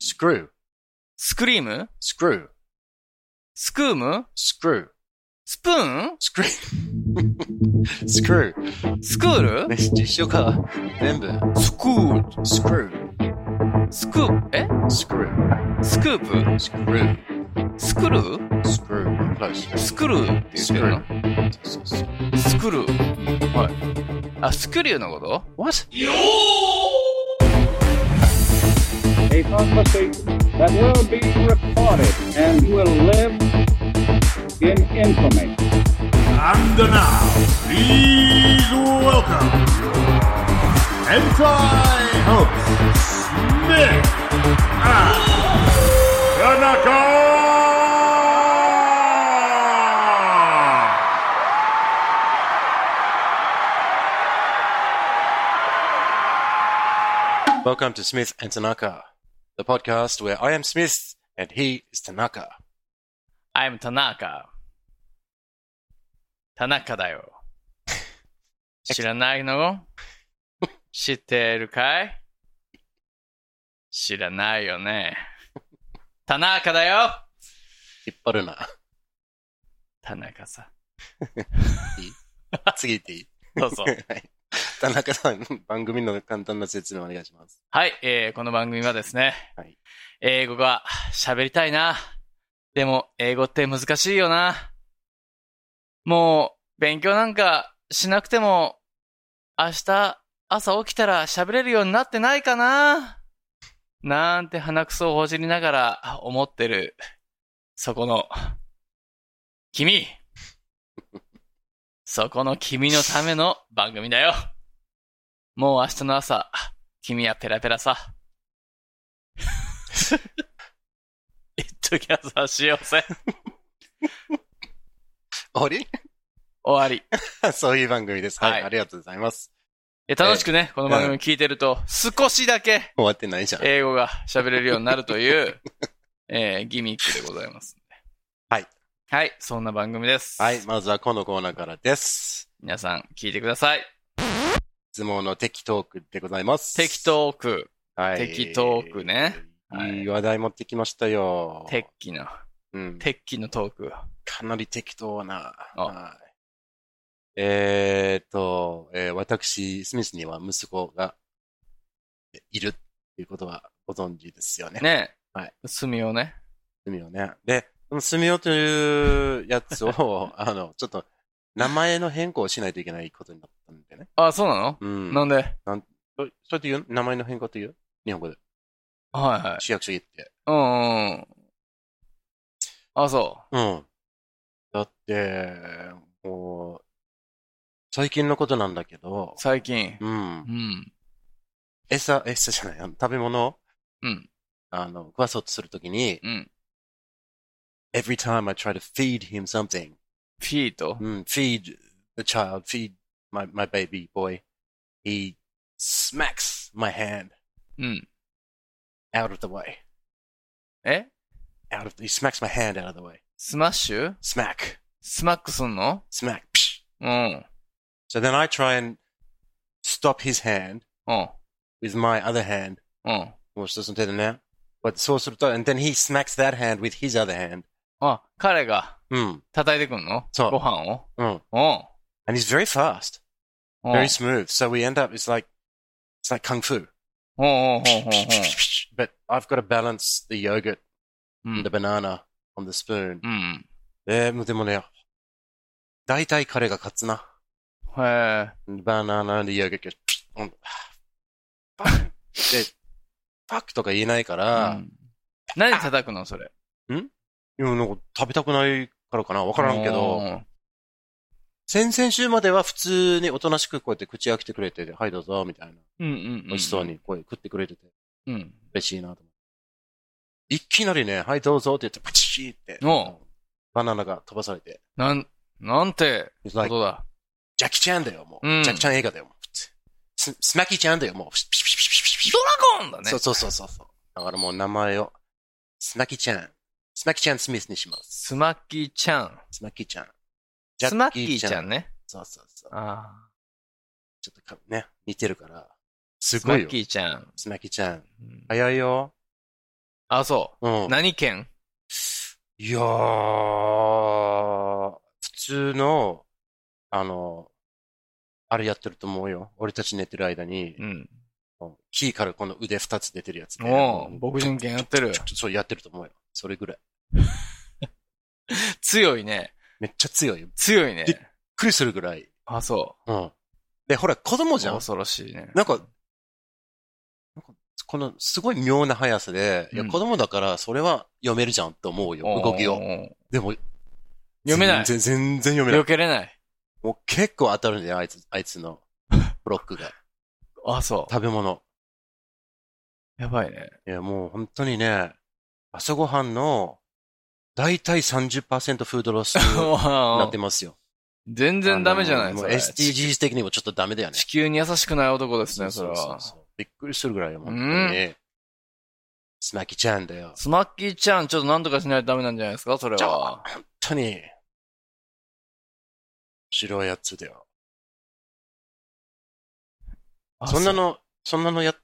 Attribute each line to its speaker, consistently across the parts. Speaker 1: screw,
Speaker 2: スクリーム
Speaker 1: screw,
Speaker 2: スクーム
Speaker 1: screw,
Speaker 2: スプーン
Speaker 1: screw, screw.
Speaker 2: スクール
Speaker 1: ね、一緒か。全部、
Speaker 2: スクー
Speaker 1: screw,
Speaker 2: ル。スクー、え
Speaker 1: screw,
Speaker 2: スクー
Speaker 1: screw,
Speaker 2: プスクルー
Speaker 1: screw, close.
Speaker 2: スクルーって言って
Speaker 1: Screw.
Speaker 2: る
Speaker 1: So, so, so.
Speaker 2: のスクルー。はい。あ、スクリューのこと
Speaker 1: What?
Speaker 3: a conversation that will be recorded and will live in infamy.
Speaker 4: And now, please welcome Hentai hosts Nick and Tanaka.
Speaker 1: Welcome to Smith and Tanaka, the podcast where I am Smith and he is Tanaka.
Speaker 2: ?I'm Tanaka. 田中だよ。知らないの知ってるかい知らないよね。田中だよ
Speaker 1: 引っ張る な。
Speaker 2: 田中さん。
Speaker 1: 次行っていい
Speaker 2: どう ぞ。
Speaker 1: はい田中さん、番組の簡単な説明お願いします。
Speaker 2: はい、えーこの番組はですね、
Speaker 1: はい
Speaker 2: 英語が喋りたいな。でも、英語って難しいよな。もう、勉強なんかしなくても、明日、朝起きたら喋れるようになってないかな。なんて鼻くそをほじりながら思ってる、そこの、 君そこの君のための番組だよ。もう明日の朝、君はペラペラさ。It together しようぜ。
Speaker 1: 終わ り
Speaker 2: 終わり。
Speaker 1: そういう番組です。はい、
Speaker 2: はい
Speaker 1: ありがとうございます。
Speaker 2: え楽しくね、この番組聞いてると、少しだけ
Speaker 1: 終わってないじゃん。
Speaker 2: 英語が喋れるようになると いう、えーギミックでございますんで
Speaker 1: はい。
Speaker 2: はい、そんな番組です。
Speaker 1: はい、まずはこのコーナーからです。
Speaker 2: 皆さん、聞いてください。
Speaker 1: いつものテキトークでございます。
Speaker 2: テキトーク、
Speaker 1: はい。
Speaker 2: テキトークね。はい
Speaker 1: いい話題持ってきましたよ。
Speaker 2: テッキの、
Speaker 1: うん、
Speaker 2: テッキのトーク。
Speaker 1: かなり適当な。
Speaker 2: あ
Speaker 1: はいえーっと、えー私、スミスには息子がえいるっていうことはご存知ですよね。
Speaker 2: ね。
Speaker 1: はい。
Speaker 2: 炭をね。
Speaker 1: スミオね。で、そのスミオというやつを、 あの、ちょっと、名前の変更をしないといけないことになったんでね。
Speaker 2: あ、そうなの、
Speaker 1: うん。
Speaker 2: なんんではい
Speaker 1: そうそうやって言う名前の変更って言う日本語で。
Speaker 2: はい。
Speaker 1: 市役所行って。
Speaker 2: うんうんうん。あ、そう。
Speaker 1: うん。だって、もう、最近のことなんだけど、
Speaker 2: 最近。
Speaker 1: うん
Speaker 2: う。ん。
Speaker 1: 餌、餌じゃない、あの食べ物を、
Speaker 2: うん。
Speaker 1: あの、食わそうとするときに、
Speaker 2: うん。
Speaker 1: every time I try to feed him something,
Speaker 2: フィート。
Speaker 1: うん feed the child, feed my, my baby boy, he smacks my hand
Speaker 2: うん。
Speaker 1: out of the way.
Speaker 2: え
Speaker 1: Out of, he smacks my hand out of the way.
Speaker 2: スマッシュ
Speaker 1: Smack,
Speaker 2: スマックすんの
Speaker 1: smack. Psh.
Speaker 2: うん。
Speaker 1: So then I try and stop his hand
Speaker 2: うん。
Speaker 1: with my other hand.
Speaker 2: うん。
Speaker 1: もう一つの手でね。But そうすると、and then he smacks that hand with his other hand. Hmm,
Speaker 2: あ、彼が叩いてくんの
Speaker 1: そう
Speaker 2: ご飯を
Speaker 1: hmm. うん。うん。And
Speaker 2: う
Speaker 1: he's very fast,
Speaker 2: ん。うん。
Speaker 1: very smooth. So we end up, it's like, it's like kung fu.
Speaker 2: うんうんうん
Speaker 1: But I've got to balance the yogurt
Speaker 2: うんうん。
Speaker 1: and the banana on the spoon.
Speaker 2: うん。
Speaker 1: えー、でもね、大体彼が勝つな。
Speaker 2: へえ。
Speaker 1: banana and the yogurt goes, うん Fuck. で、fuck
Speaker 2: う
Speaker 1: とか言えないから、
Speaker 2: ん何叩くのそれ。
Speaker 1: でもなんか食べたくないからかなわからんけど、
Speaker 2: うん。
Speaker 1: 先々週までは普通におとなしくこうやって口開けてくれて、はいどうぞ、みたいな。
Speaker 2: うんうん。
Speaker 1: 美味しそう。にこう食ってくれてて、
Speaker 2: うん。
Speaker 1: 嬉しいなと思って。いきなりね、はいどうぞって言って、パチーって、
Speaker 2: お
Speaker 1: バナナが飛ばされて、
Speaker 2: なん、なんて
Speaker 1: It's
Speaker 2: こ
Speaker 1: like
Speaker 2: とだ。
Speaker 1: ジャッキーちゃんだよ、もう。
Speaker 2: うん
Speaker 1: ジャッキーちゃん映画だよ、もう。ススマキーちゃんだよ、もう。ピシピシピシピシピシ
Speaker 2: ドラゴンだね
Speaker 1: そう。そうそうそうそう。だからもう名前を、スナキちゃん。スナキちゃんスミスにします。
Speaker 2: スマッキーちゃん。
Speaker 1: スナキちゃん。ジャ
Speaker 2: スマッキーちゃんね。
Speaker 1: そうそうそう。
Speaker 2: ああ。
Speaker 1: ちょっとかね、似てるから。す
Speaker 2: スマ
Speaker 1: ごい
Speaker 2: ッ
Speaker 1: よ
Speaker 2: キ。ーちゃん。
Speaker 1: スナキちゃん。
Speaker 2: うん
Speaker 1: 早いよ。
Speaker 2: あ、そうう。
Speaker 1: ん。
Speaker 2: 何県
Speaker 1: いやー、普通の、あの、あれやってると思うよ。俺たち寝てる間に、
Speaker 2: うん。
Speaker 1: キーからこの腕二つ出てるやつで。
Speaker 2: おう、牧人犬やってる。
Speaker 1: そうやってると思うよ。それぐらい。
Speaker 2: 強いね。
Speaker 1: めっちゃ強いよ。びっ
Speaker 2: 強いね。
Speaker 1: でくりするぐらい。
Speaker 2: あ、そ
Speaker 1: うん。で、ほら、子供
Speaker 2: う。
Speaker 1: じゃん。
Speaker 2: 恐ろしいね。
Speaker 1: なんか、なんかこのすごい妙な速さで、いや、
Speaker 2: うん
Speaker 1: 子供だからそれは読めるじゃんって思うよ、動き
Speaker 2: お
Speaker 1: を。
Speaker 2: うおうおう
Speaker 1: でも、
Speaker 2: 読めない
Speaker 1: 全然、全然読めない
Speaker 2: 避。けれない。
Speaker 1: もう結構当たるんだよ、あいつ、あいつ のブロックが。
Speaker 2: あ、そう。
Speaker 1: 食べ物。
Speaker 2: やばいね。
Speaker 1: いや、もう本当にね、朝ごはんの、だいたい30%フードロスになってますよ。
Speaker 2: 全然ダメじゃない
Speaker 1: あの
Speaker 2: そ
Speaker 1: もう
Speaker 2: れ
Speaker 1: SDGs 的にもちょっとダメだよね。
Speaker 2: 地球に優しくない男ですね、それ
Speaker 1: うう
Speaker 2: は。
Speaker 1: ううびっくりするぐらいよ、本当
Speaker 2: う
Speaker 1: に。スマキちゃんだよ。
Speaker 2: スマッキーちゃん、ちょっとなんとかしないとダメなんじゃないですか、それ
Speaker 1: ちょ
Speaker 2: は。
Speaker 1: 本当に、白いやつだよ。
Speaker 2: あ
Speaker 1: そんな、の、そんなのや、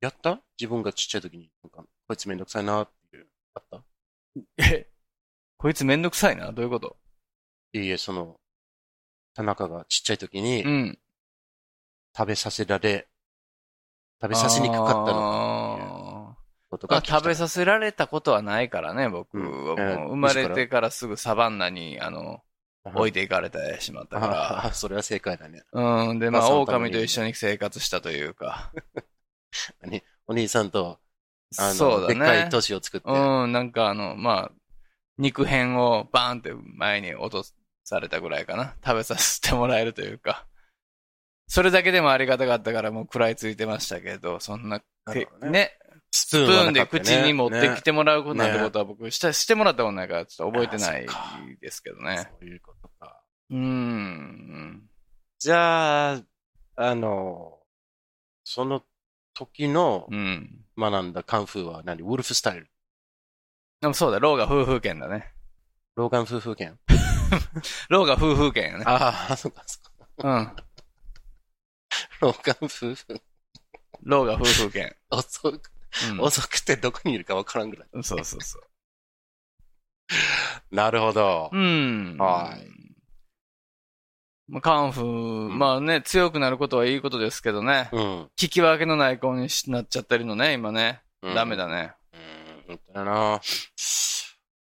Speaker 1: やった自分がちっちゃい時に、なんか、こいつめんどくさいなっていう、あった
Speaker 2: そうえ、こいつめんどくさいな。どういうこと
Speaker 1: いえいえ、その、田中がちっちゃい時に
Speaker 2: う、ん。
Speaker 1: 食べさせられ、食べさせにくかったの
Speaker 2: の
Speaker 1: ことが
Speaker 2: あ
Speaker 1: 聞きたい
Speaker 2: 食べさせられたことはないからね、僕は。
Speaker 1: うん
Speaker 2: もう
Speaker 1: えー
Speaker 2: 生まれてからすぐサバンナに、あの、置いていかれてしまった
Speaker 1: あ
Speaker 2: か
Speaker 1: あ、それは正解だね。
Speaker 2: ら。うん。で、ま
Speaker 1: お母
Speaker 2: あ、
Speaker 1: さんのため
Speaker 2: 狼
Speaker 1: に
Speaker 2: と一緒に生活したというか。
Speaker 1: お兄さんと、 あの、
Speaker 2: そうだ
Speaker 1: で
Speaker 2: ね。
Speaker 1: っかい都市を作って、
Speaker 2: うん、なんかあの、まあ、肉片をバーンって前に落とされたぐらいかな。食べさせてもらえるというか。それだけでもありがたかったからもう食らいついてましたけど、そんな、
Speaker 1: なる
Speaker 2: ね
Speaker 1: ほどね
Speaker 2: ね、
Speaker 1: ス
Speaker 2: ス
Speaker 1: プ
Speaker 2: プーンで口に持ってき
Speaker 1: て
Speaker 2: てもらうことなんてことは僕した、してもらったことないからちょっと覚えてない
Speaker 1: あそっ
Speaker 2: ですけどね。
Speaker 1: そういうことか。
Speaker 2: うーん。
Speaker 1: じゃあ、あの、その時の
Speaker 2: うん。
Speaker 1: 学んだカンフーは何ウルフスタイル
Speaker 2: でもそうだ、ローが夫婦圏だね。
Speaker 1: ローガン夫婦剣
Speaker 2: ローが夫婦圏やね。
Speaker 1: ああ、そうか、そうか。
Speaker 2: うん。
Speaker 1: ローガン夫婦
Speaker 2: ローが夫婦圏。
Speaker 1: 遅く、
Speaker 2: うん
Speaker 1: 遅くてどこにいるかわからんぐらい。
Speaker 2: そうそうそう。
Speaker 1: なるほど
Speaker 2: う。ん。
Speaker 1: はい
Speaker 2: まあ、カンフー、
Speaker 1: ん
Speaker 2: まあね、強くなることはいいことですけどね。
Speaker 1: うん。
Speaker 2: 聞き分けのない子になっちゃってるのね、今ね。
Speaker 1: うん
Speaker 2: ダメ。だね。
Speaker 1: うん、本当だな。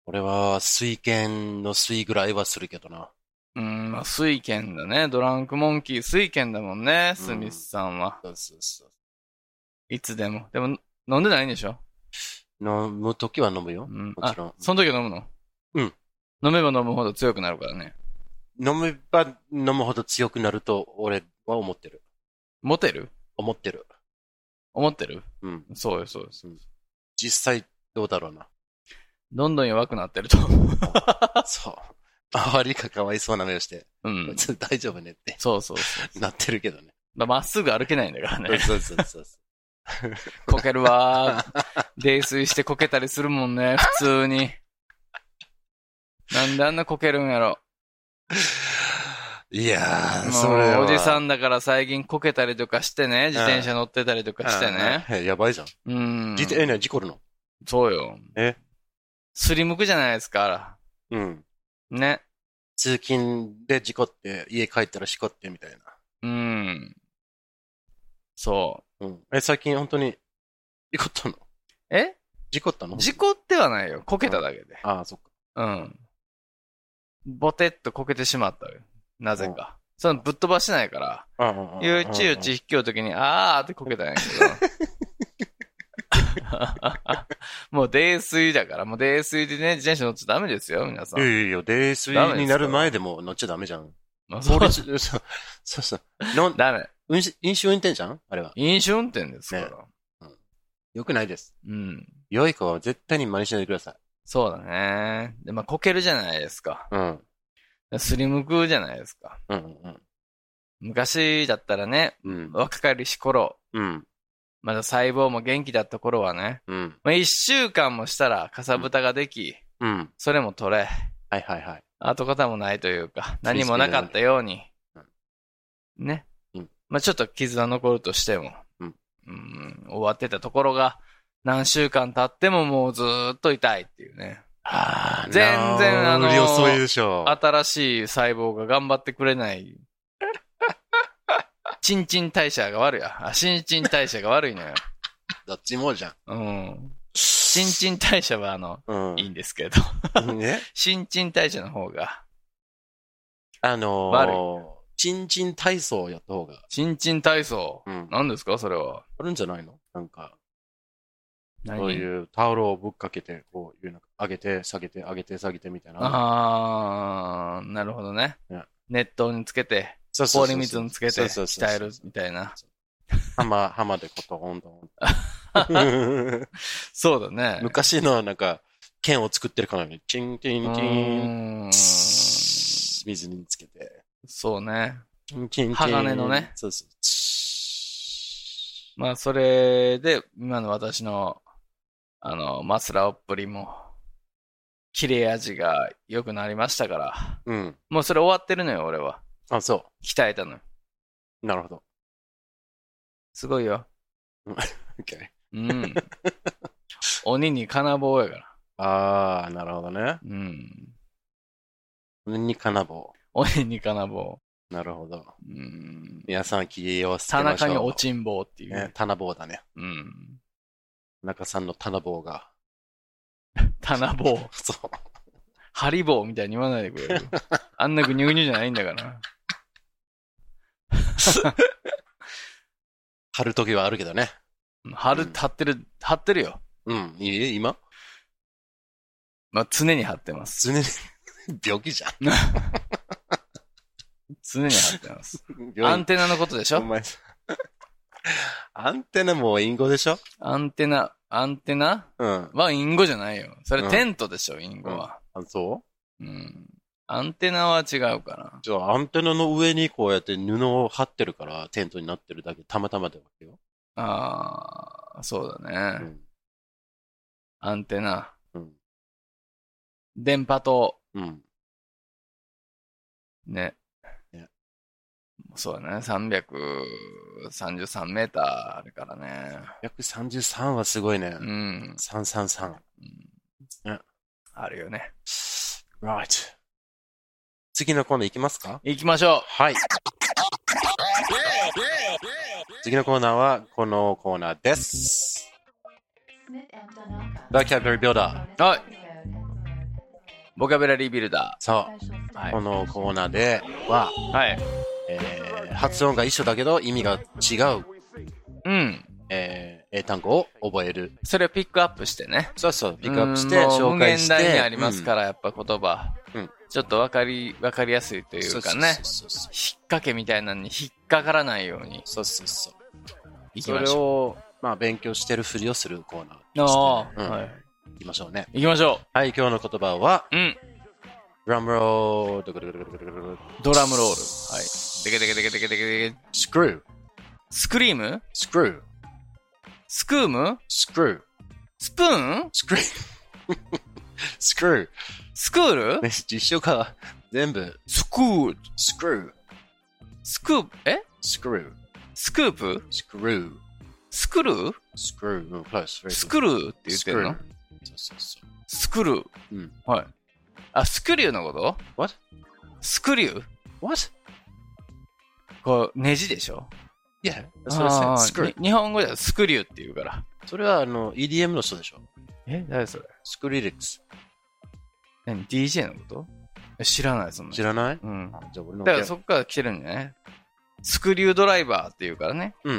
Speaker 1: 俺は、水剣の水ぐらいはするけどな。
Speaker 2: うん、まあ、水剣だね。ドランクモンキー、水剣だもんね、スミスさんは。
Speaker 1: そうそうそう。
Speaker 2: いつでも。でも、飲んでないんでしょ
Speaker 1: 飲むときは飲む
Speaker 2: う
Speaker 1: よ。
Speaker 2: ん。
Speaker 1: も
Speaker 2: あ
Speaker 1: ちろん、
Speaker 2: その時は飲むの
Speaker 1: うん。
Speaker 2: 飲めば飲むほど強くなるからね。
Speaker 1: 飲めば飲むほど強くなると、俺は思ってる。
Speaker 2: モテる
Speaker 1: 思ってる。
Speaker 2: 思ってる
Speaker 1: うん。
Speaker 2: そうよ、そうよ。そうよ
Speaker 1: 実際、どうだろう な。
Speaker 2: どんどん弱くなってると。
Speaker 1: そう。周りがかわいそうな目をして、
Speaker 2: う
Speaker 1: こい
Speaker 2: ん。
Speaker 1: つ大丈夫ねって
Speaker 2: そうそうそう。
Speaker 1: なってるけどね。
Speaker 2: だからまっすぐ歩けないんだからね。
Speaker 1: そうそうそうそう。
Speaker 2: こけるわー。泥酔してこけたりするもんね、普通に。なんであんなこけるんやろ。
Speaker 1: いやー、それ
Speaker 2: も
Speaker 1: は。
Speaker 2: うおじさ
Speaker 1: ん
Speaker 2: んだから最近こけたりとかしてね、自転車乗ってたりとかしてね。
Speaker 1: ね。やばいじゃん。
Speaker 2: うん。
Speaker 1: 自転え、ね、事故るの
Speaker 2: そうよ。
Speaker 1: え
Speaker 2: すりむくじゃないですか。
Speaker 1: うん。
Speaker 2: ね。
Speaker 1: 通勤で事故って、家帰ったらしこってみたいな。
Speaker 2: うん。そ
Speaker 1: うん。え、最近本当に、事故ったの
Speaker 2: う。え
Speaker 1: 事故ったの
Speaker 2: 事故ってはないよ。こけただけで。
Speaker 1: ああ、そっか。
Speaker 2: うん。ボテッとこけてしまったよ。なぜか。そのぶっ飛ばしてないから。
Speaker 1: ああああああ
Speaker 2: ゆうちゆち引きようときに、あーってこけたんやけど。 もう泥酔だから、もう泥酔でね、自転車乗っちゃダメですよ、皆さ
Speaker 1: いや
Speaker 2: ん。
Speaker 1: いやいや、泥酔になる前でも乗っちゃダメじゃん。
Speaker 2: まあ、そ
Speaker 1: 法
Speaker 2: う
Speaker 1: 律、そうそうそう。の
Speaker 2: ダメ。
Speaker 1: 運し飲酒運転じゃんあれは。
Speaker 2: 飲酒運転ですから。
Speaker 1: よくないです。
Speaker 2: うん。
Speaker 1: 良い子は絶対に真似しないでください。
Speaker 2: そうだね。で、まあ、こけるじゃないですか。
Speaker 1: うん。
Speaker 2: すりむくじゃないですか。
Speaker 1: うんうん
Speaker 2: 昔だったらね、
Speaker 1: うん。
Speaker 2: 若かりし頃、
Speaker 1: うん。
Speaker 2: まだ細胞も元気だった頃はね、
Speaker 1: うん。
Speaker 2: まあ、一週間もしたらかさぶたができ、
Speaker 1: うん。
Speaker 2: それも取れ、
Speaker 1: はいはいはい。
Speaker 2: 跡形もないというか、
Speaker 1: リー
Speaker 2: 何
Speaker 1: ス
Speaker 2: もなかったように、ね
Speaker 1: うん。
Speaker 2: まあちょっと傷は残るとしても、
Speaker 1: うん
Speaker 2: うん終わってたところが、何週間経ってももうずーっと痛いっていうね。
Speaker 1: あー
Speaker 2: 全然あの
Speaker 1: 治り遅いでしょ。
Speaker 2: 新しい細胞が頑張ってくれない。 チンチン代謝が悪いや。あ、新陳代謝が悪いのよ。
Speaker 1: どっちもじゃん。
Speaker 2: うん。新陳代謝はあの、
Speaker 1: うん
Speaker 2: いいんですけど。
Speaker 1: ね。
Speaker 2: 新陳代謝の方が、
Speaker 1: あの
Speaker 2: 悪
Speaker 1: ー、チンチン体操をやった方が、
Speaker 2: 新陳体操。
Speaker 1: うん、あ
Speaker 2: 何ですかそれは。
Speaker 1: るんじゃないのなんか、
Speaker 2: 何
Speaker 1: そういうタオルをぶっかけて、こういうなんか、上げて、下げて、上げて、下げてみたいな。
Speaker 2: あー、なるほどね
Speaker 1: うん。
Speaker 2: 熱湯につけて、
Speaker 1: そうそうそう
Speaker 2: 氷水につけて、
Speaker 1: そうそうそうそう
Speaker 2: 鍛えるみたいな。
Speaker 1: 浜、浜でこと、ほん とほんと。
Speaker 2: そうだね。
Speaker 1: 昔のなんか、剣を作ってるかのように、チンチンチン、
Speaker 2: うーん
Speaker 1: 水につけて、
Speaker 2: そうね。
Speaker 1: チンチンチン。
Speaker 2: 鋼のね
Speaker 1: そうそう。
Speaker 2: まあ、それで、今の私の、あの、マスラオっぷりも、切れ味が良くなりましたから、
Speaker 1: うん。
Speaker 2: もうそれ終わってるのよ、俺は。
Speaker 1: あ、そ
Speaker 2: 鍛えたのよ。
Speaker 1: う。なるほど。
Speaker 2: すごいよ。
Speaker 1: OK。
Speaker 2: うん。鬼に金棒やから。
Speaker 1: ああ、なるほどね。
Speaker 2: うん。
Speaker 1: にかなぼ
Speaker 2: 鬼に金棒。
Speaker 1: う。なるほど。
Speaker 2: うん。
Speaker 1: 皆さん気をつけ
Speaker 2: 田
Speaker 1: ましょう。
Speaker 2: 中に落ちん棒っていう。
Speaker 1: ね、棚棒だね。
Speaker 2: うん。
Speaker 1: 中さんの棚棒が。
Speaker 2: 棚棒。
Speaker 1: そう。
Speaker 2: ハリボーみたいに言わないでくれる。あんなぐにゅぐにゅじゃないんだから。
Speaker 1: 貼る時はあるけどね。
Speaker 2: 貼る、貼ってる、貼ってるよ。
Speaker 1: うん。いい今
Speaker 2: まあ、常に貼ってます。
Speaker 1: 常に 病気じゃん。
Speaker 2: 常に貼って ます。ア
Speaker 1: 病
Speaker 2: ン
Speaker 1: 気
Speaker 2: テナのことでし
Speaker 1: お
Speaker 2: ょ
Speaker 1: 前さ。アンテナもインゴでしょ
Speaker 2: アンテナ、アンテナ
Speaker 1: うん。
Speaker 2: はインゴじゃないよ。それ
Speaker 1: うん
Speaker 2: テントでしょ、インゴは。
Speaker 1: あそう
Speaker 2: うん。アンテナは違うか
Speaker 1: じゃあ、アンテナの上にこうやって布を貼ってるから、テントになってるだけ、たまたまでわけよ。
Speaker 2: な。ああ、そうだ
Speaker 1: う
Speaker 2: ね。
Speaker 1: ん。
Speaker 2: アンテナ。
Speaker 1: うん。
Speaker 2: 電波塔。
Speaker 1: うん。
Speaker 2: ね
Speaker 1: ね。
Speaker 2: そうだね。333メーターあるからね。
Speaker 1: 133はすごいね
Speaker 2: う。ん。
Speaker 1: 333。
Speaker 2: うんあるよね。
Speaker 1: Right. 次のコーナー行きますか
Speaker 2: 行きましょ
Speaker 1: はい。次のコーナーはこのコーナーです。Vocabulary Builder。
Speaker 2: うはいボキャブラリービルダ
Speaker 1: そ
Speaker 2: ー。は
Speaker 1: う。
Speaker 2: い
Speaker 1: こ。のコーナーでは、
Speaker 2: はい。
Speaker 1: えー発音が一緒だけど意味が違う、
Speaker 2: うん。
Speaker 1: えー英単語を覚える。
Speaker 2: それをピックアップしてね。
Speaker 1: そうそう、ピックアップして
Speaker 2: うんもう
Speaker 1: 紹介して。
Speaker 2: 無限大にありますから、やっぱ言葉。
Speaker 1: うん
Speaker 2: ちょっとわかり、わかりやすいと
Speaker 1: うん
Speaker 2: いうかね。
Speaker 1: そうそう
Speaker 2: 引っ掛けみたいなのに引っかからないように。
Speaker 1: そうそうそうそう。
Speaker 2: 行き
Speaker 1: そ
Speaker 2: ま
Speaker 1: れ
Speaker 2: しょ
Speaker 1: を、まあ、勉強してるふりをするコーナー
Speaker 2: う。あ
Speaker 1: です
Speaker 2: あ、
Speaker 1: ね。
Speaker 2: は
Speaker 1: うん
Speaker 2: い。
Speaker 1: 行きましょうね。
Speaker 2: 行きましょ
Speaker 1: はい、今日の言葉は、
Speaker 2: う。うん。
Speaker 1: ドラムロール、
Speaker 2: ドラムロール。はい。でけでけでけでけでけでけ。
Speaker 1: スクルー、
Speaker 2: スクリーム
Speaker 1: スクルー、
Speaker 2: スクーム
Speaker 1: スクルー、
Speaker 2: スプーン
Speaker 1: スクルー、スクル
Speaker 2: スクール
Speaker 1: ー、ね、実証か、全部、
Speaker 2: スクール。
Speaker 1: スクルー、
Speaker 2: スクープ、え
Speaker 1: スクルー、
Speaker 2: スクープ
Speaker 1: スクルー、
Speaker 2: スクルー
Speaker 1: スクルー、うん、プラス、
Speaker 2: スクルーって言ってるの
Speaker 1: そうそうそ
Speaker 2: スクルー。
Speaker 1: う。うん。
Speaker 2: はい。あ、スクリューのこと
Speaker 1: What?
Speaker 2: スクリュー
Speaker 1: What?
Speaker 2: こう、ネジでしょ
Speaker 1: Yeah, that's what I
Speaker 2: あー
Speaker 1: said. スクルー。
Speaker 2: に日本語ではスクリューって言うから。
Speaker 1: それは、あの、EDM の人でしょ。
Speaker 2: え誰それ
Speaker 1: スクリリックス。
Speaker 2: 何 ?DJ のことえ知らない、そんな。
Speaker 1: 知らない
Speaker 2: うん。
Speaker 1: あじゃあ、俺の。
Speaker 2: だからそこから来てるんじゃないスクリュードライバーって言うからね。
Speaker 1: うんう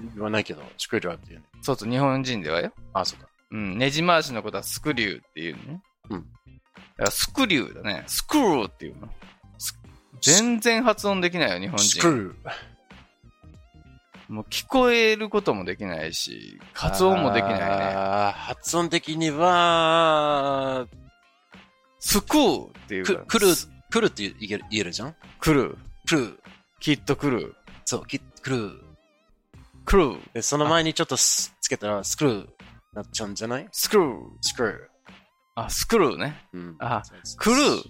Speaker 1: ん。言わないけど、スクリュードライブって言うね。
Speaker 2: そうそう、日本人ではよ。
Speaker 1: あ、そうか。
Speaker 2: うん。ネジ回しのことはスクリューって言うね。
Speaker 1: うん。
Speaker 2: だからスクリューだね。スクルーって言うの。ス全然発音できないよ、日本人。
Speaker 1: スクルー。
Speaker 2: もう聞こえることもできないし、発音もできないね。
Speaker 1: あー発音的には、
Speaker 2: スクーっていうか
Speaker 1: く、くる、くるって言える言えるじゃん
Speaker 2: くる。
Speaker 1: くる。
Speaker 2: きっとくる。
Speaker 1: そう、き、くる。
Speaker 2: くる。
Speaker 1: で、その前にちょっとすつけたら、スクルーなっちゃうんじゃない
Speaker 2: スクルー。
Speaker 1: スクル
Speaker 2: あ、スクルーね。
Speaker 1: ー。うん。
Speaker 2: あ
Speaker 1: そうそう
Speaker 2: クルー。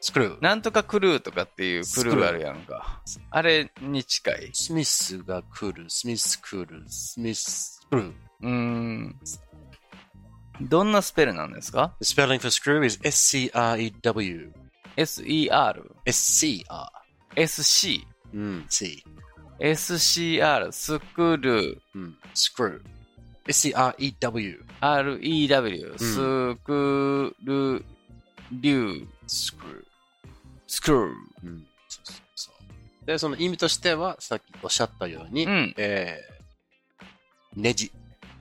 Speaker 1: スクルー。
Speaker 2: なんとかクルーとかっていうクル
Speaker 1: スクル
Speaker 2: ー
Speaker 1: ー
Speaker 2: あるやんか。あれに近い。
Speaker 1: スミスが来る、スミスクルー、スミスクルー。
Speaker 2: うーん。どんなスペルなんですか
Speaker 1: The spelling for screw is S C R E W.
Speaker 2: ?SER、
Speaker 1: S C R.
Speaker 2: SC、
Speaker 1: うん、C.
Speaker 2: SCR、スクル、
Speaker 1: うん、screw. S C R E W.
Speaker 2: REW、スクル、リュー、
Speaker 1: screw.
Speaker 2: スクルー。
Speaker 1: うん、そうそうそう。で、その意味としては、さっきおっしゃったように、
Speaker 2: うん。
Speaker 1: えー、ネジ。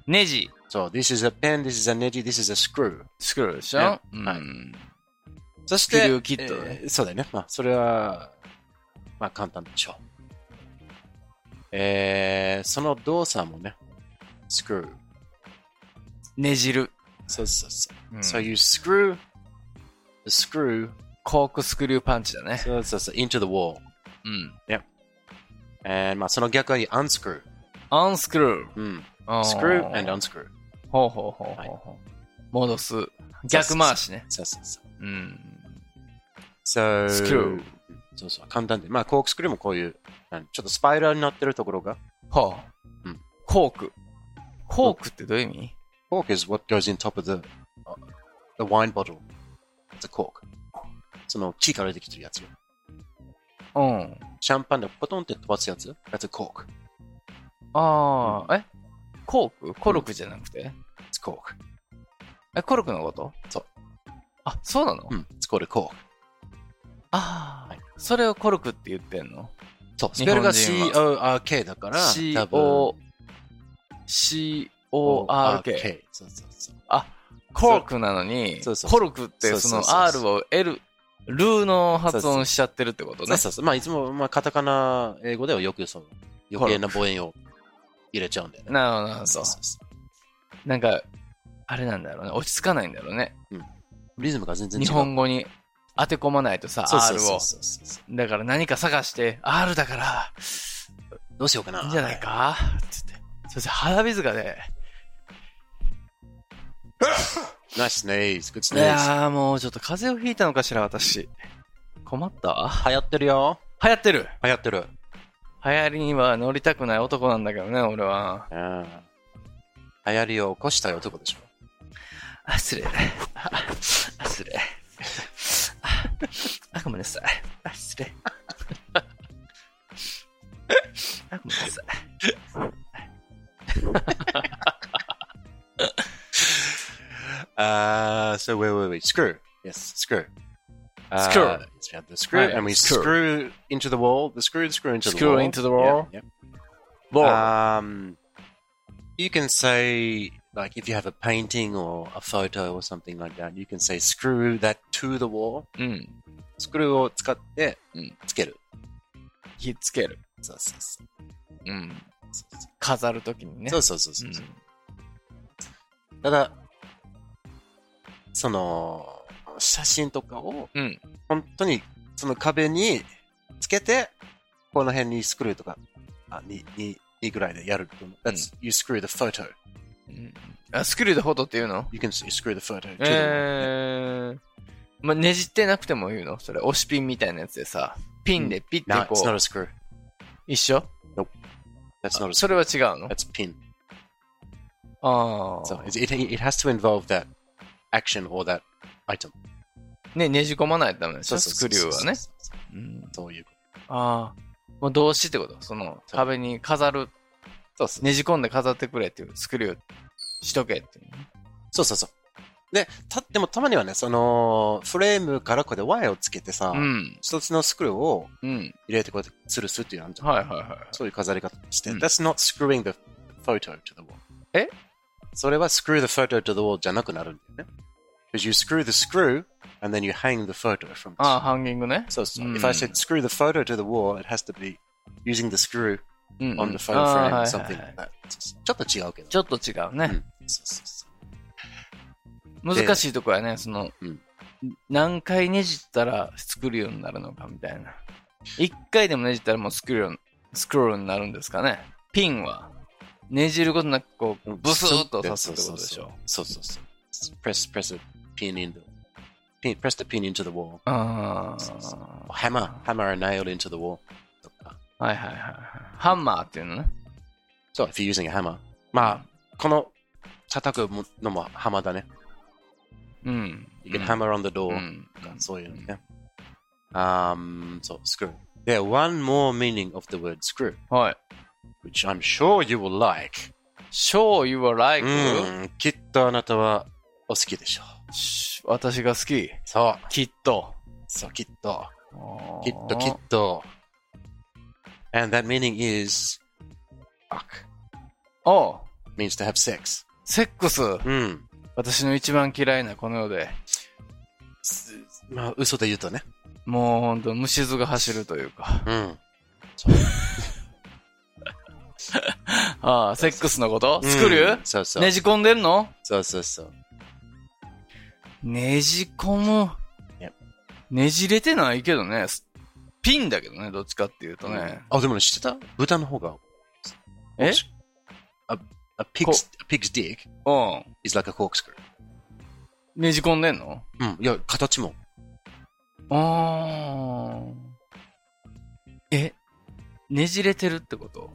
Speaker 2: ネジ、
Speaker 1: そう、this is a pen, this is a ネジ、this is a screw.
Speaker 2: スクルーでしょ、
Speaker 1: ね
Speaker 2: うん、
Speaker 1: はいそして、
Speaker 2: スクリューキットね
Speaker 1: えーそうだよね。まあ、それは、まあ、簡単でしょう。えー、その動作もね、スクルー。
Speaker 2: ねじる。
Speaker 1: そうそうそう。
Speaker 2: うん
Speaker 1: そういうスクルー、スクルー、
Speaker 2: コークスクリューパンチだね。
Speaker 1: そうそうそう、into the wall.
Speaker 2: うん。
Speaker 1: And, まあ、その逆に unscrew。
Speaker 2: アンスクル
Speaker 1: うん。
Speaker 2: ー。
Speaker 1: screw and
Speaker 2: アン
Speaker 1: unscrew.
Speaker 2: ほうほうほうほうほう。戻す。逆回しね。
Speaker 1: そうそうそう。
Speaker 2: うん。
Speaker 1: So,
Speaker 2: スクリュー。
Speaker 1: そうそう、簡単で。まあ、コークスクリューもこういう、なんちょっとスパイラルになってるところが、
Speaker 2: ほう。
Speaker 1: うん
Speaker 2: コーク。コークってどういう意味
Speaker 1: Cork is what goes in top of the, uh, the wine bottle. It's a cork. その木から出てきてるやつよ。
Speaker 2: うん。
Speaker 1: シャンパンでポトンって飛ばすやつ That's a cork.
Speaker 2: ああ、えコークコルクじゃなくて、
Speaker 1: It's cork.
Speaker 2: え、コルクのこと
Speaker 1: そう。
Speaker 2: あ、そうなの、
Speaker 1: うん。It's called a cork.
Speaker 2: ああ、
Speaker 1: はい
Speaker 2: それをコルクって言ってんの
Speaker 1: そう、ス
Speaker 2: 日
Speaker 1: ペル
Speaker 2: 本人
Speaker 1: が
Speaker 2: は
Speaker 1: CORK だから、
Speaker 2: ?C
Speaker 1: 多分
Speaker 2: O、C O R K。。
Speaker 1: そうそうそう。
Speaker 2: コルクなのに
Speaker 1: そうそう、そ
Speaker 2: コ
Speaker 1: う
Speaker 2: ルクってそ
Speaker 1: そうそう
Speaker 2: の
Speaker 1: そう
Speaker 2: R を L、ルーの発音しちゃってるってこと
Speaker 1: そ
Speaker 2: ね
Speaker 1: う。そうそう。まあ、いつも、まあ、カタカナ英語ではよくその、余計な母音を入れちゃうんだよね。
Speaker 2: なるほど、なるほ
Speaker 1: そ
Speaker 2: ど
Speaker 1: う。そうそ
Speaker 2: なんか、あれなんだろうね。落ち着かないんだろうね。
Speaker 1: う。リズムが全然違う。
Speaker 2: 日本語に当て込まないとさ、
Speaker 1: そうそう
Speaker 2: R
Speaker 1: そ
Speaker 2: を
Speaker 1: う。そうそう。
Speaker 2: だから何か探して、R だから、
Speaker 1: どうしようかな。
Speaker 2: いいんじゃないかつって。そして鼻水がね、
Speaker 1: ナイスネイズ、グッ
Speaker 2: い
Speaker 1: ズネイズ。
Speaker 2: やーもうちょっと風邪をひいたのかしら、私。困った
Speaker 1: 流行ってるよ。
Speaker 2: 流行ってる
Speaker 1: 流行ってる。
Speaker 2: 流行りには乗りたくない男なんだけどね、俺は。
Speaker 1: うん流行りを起こしたい男でしょ。
Speaker 2: あ、失礼。あ、あ失礼。あ、あごめんなさい。あ、失礼。あ、ごめんなさい。
Speaker 1: Uh, so wait, wait, wait. Screw. Yes, screw. Uh,
Speaker 2: Screw.
Speaker 1: yes, we have the screw,
Speaker 2: Right,
Speaker 1: and we
Speaker 2: screw.
Speaker 1: screw. into the wall. The screw, the screw into the
Speaker 2: Screw
Speaker 1: wall.
Speaker 2: into the wall.
Speaker 1: Yeah, yeah.
Speaker 2: ボール。
Speaker 1: Um, you can say like if you have a painting or a photo or something like that, you can say screw that to the wall.
Speaker 2: うん。
Speaker 1: Screw を使って
Speaker 2: うん
Speaker 1: つける。
Speaker 2: ひっつける。
Speaker 1: そうそうそう
Speaker 2: うん。飾るときにね。
Speaker 1: そうそうそうそう。
Speaker 2: うん
Speaker 1: ただ、その、写真とかを、
Speaker 2: うん
Speaker 1: 本当に、その壁につけて、この辺にスクリューとか、あ、に、に、にぐらいでやると。That's, you screw the photo.
Speaker 2: うんあ、スクリューでフォトって言うの
Speaker 1: You can s- screw the photo. to the-
Speaker 2: えー。ま、ねじってなくても言うのそれ、押しピンみたいなやつでさ、ピンでピッ
Speaker 1: No,
Speaker 2: て
Speaker 1: it's not
Speaker 2: こ
Speaker 1: a
Speaker 2: う、
Speaker 1: screw.
Speaker 2: 一緒
Speaker 1: That's not a screw.
Speaker 2: それは違うの
Speaker 1: That's a pin.
Speaker 2: ああ。
Speaker 1: So it, it, it has to involve that action or that item.
Speaker 2: ね、ねじ込まないとダメでしょ、ス
Speaker 1: そうそうそう
Speaker 2: クリューはね。。うん
Speaker 1: そういうこ
Speaker 2: ああ。もう動詞ってことその、
Speaker 1: そう
Speaker 2: 壁に飾る、
Speaker 1: と。そうそう。
Speaker 2: ねじ込んで飾ってくれっていう、スクリューしとけっていうね。
Speaker 1: そうそうそう。で、た、でもたまにはね、その、フレームからこうやってワイヤーをつけてさ、
Speaker 2: うん。
Speaker 1: 一つのスクリューを
Speaker 2: うん。
Speaker 1: 入れてこうやって吊るすっていうのあるじゃん。
Speaker 2: はいはいはい。
Speaker 1: そういう飾り方して。
Speaker 2: うん
Speaker 1: That's not screwing the photo to the wall.
Speaker 2: え
Speaker 1: それは screw the photo to the wall じゃなくなるんだよね。Because you screw the screw and then you hang the photo from
Speaker 2: ああ、
Speaker 1: it.
Speaker 2: ハンギングね。
Speaker 1: そうそう。
Speaker 2: Ah。うん
Speaker 1: If I said screw the photo to the wall, it has to be using the screw
Speaker 2: うんうん
Speaker 1: on the
Speaker 2: あ
Speaker 1: photo
Speaker 2: あ
Speaker 1: frame
Speaker 2: は
Speaker 1: or something
Speaker 2: いはいは
Speaker 1: like
Speaker 2: い
Speaker 1: that. ちょっと違うけど。
Speaker 2: ちょっと違う
Speaker 1: う
Speaker 2: ね。
Speaker 1: んそうそうそう
Speaker 2: 難しいとこやね、その
Speaker 1: うん、
Speaker 2: 何回ねじったらスクリューになるのかみたいな。一回でもねじったらもうスクリュー、スクロールになるんですかね。ピンは、ねじることなくこう、ブスーッと刺すってことでしょ。
Speaker 1: そうそうそう。Press, press a pin in the, pin, press the pin into the wall.
Speaker 2: あ
Speaker 1: そうそう
Speaker 2: あ。
Speaker 1: Or hammer, hammer a nail into the wall. とか
Speaker 2: はいはいはいはい。ハンマーっていうのね。
Speaker 1: So if you're using a hammer, まあ、この叩くのも浜だね。
Speaker 2: うん。
Speaker 1: You can hammer on the
Speaker 2: う
Speaker 1: door.
Speaker 2: ん。
Speaker 1: そういうのね。Um, so, screw. There, one more meaning of the word screw,
Speaker 2: はい。
Speaker 1: which I'm sure you will like. Mm,
Speaker 2: show you are like、
Speaker 1: うん、きっとあなたはお好きでしょう。
Speaker 2: し私が好き。
Speaker 1: そう、
Speaker 2: きっと。
Speaker 1: そう、きっと。き
Speaker 2: き
Speaker 1: っと、きっと。And that meaning is fuck.
Speaker 2: おう
Speaker 1: Means to have sex. Mm.
Speaker 2: セックス。
Speaker 1: うん。
Speaker 2: 私の一番嫌いなこの世で。
Speaker 1: すまあ、嘘で言うとね。
Speaker 2: もうほんと虫図が走るというか。
Speaker 1: うん。
Speaker 2: ああ、セックスのこと、
Speaker 1: うん
Speaker 2: スクリュ
Speaker 1: そうそ
Speaker 2: ー
Speaker 1: う
Speaker 2: ね。じ込んでんの
Speaker 1: そうそうそう。
Speaker 2: ねじ込む
Speaker 1: Yep。
Speaker 2: ねじれてないけどね。すピンだけどね、どっちかっていうとね。
Speaker 1: あ、でもね、知ってた豚の方が。
Speaker 2: え
Speaker 1: A
Speaker 2: こ
Speaker 1: pig's, a pig's dick
Speaker 2: うん。
Speaker 1: is like a corkscrew.
Speaker 2: ねじ込んでんの
Speaker 1: うん。いや、形も。
Speaker 2: あー。えねじれてるってこと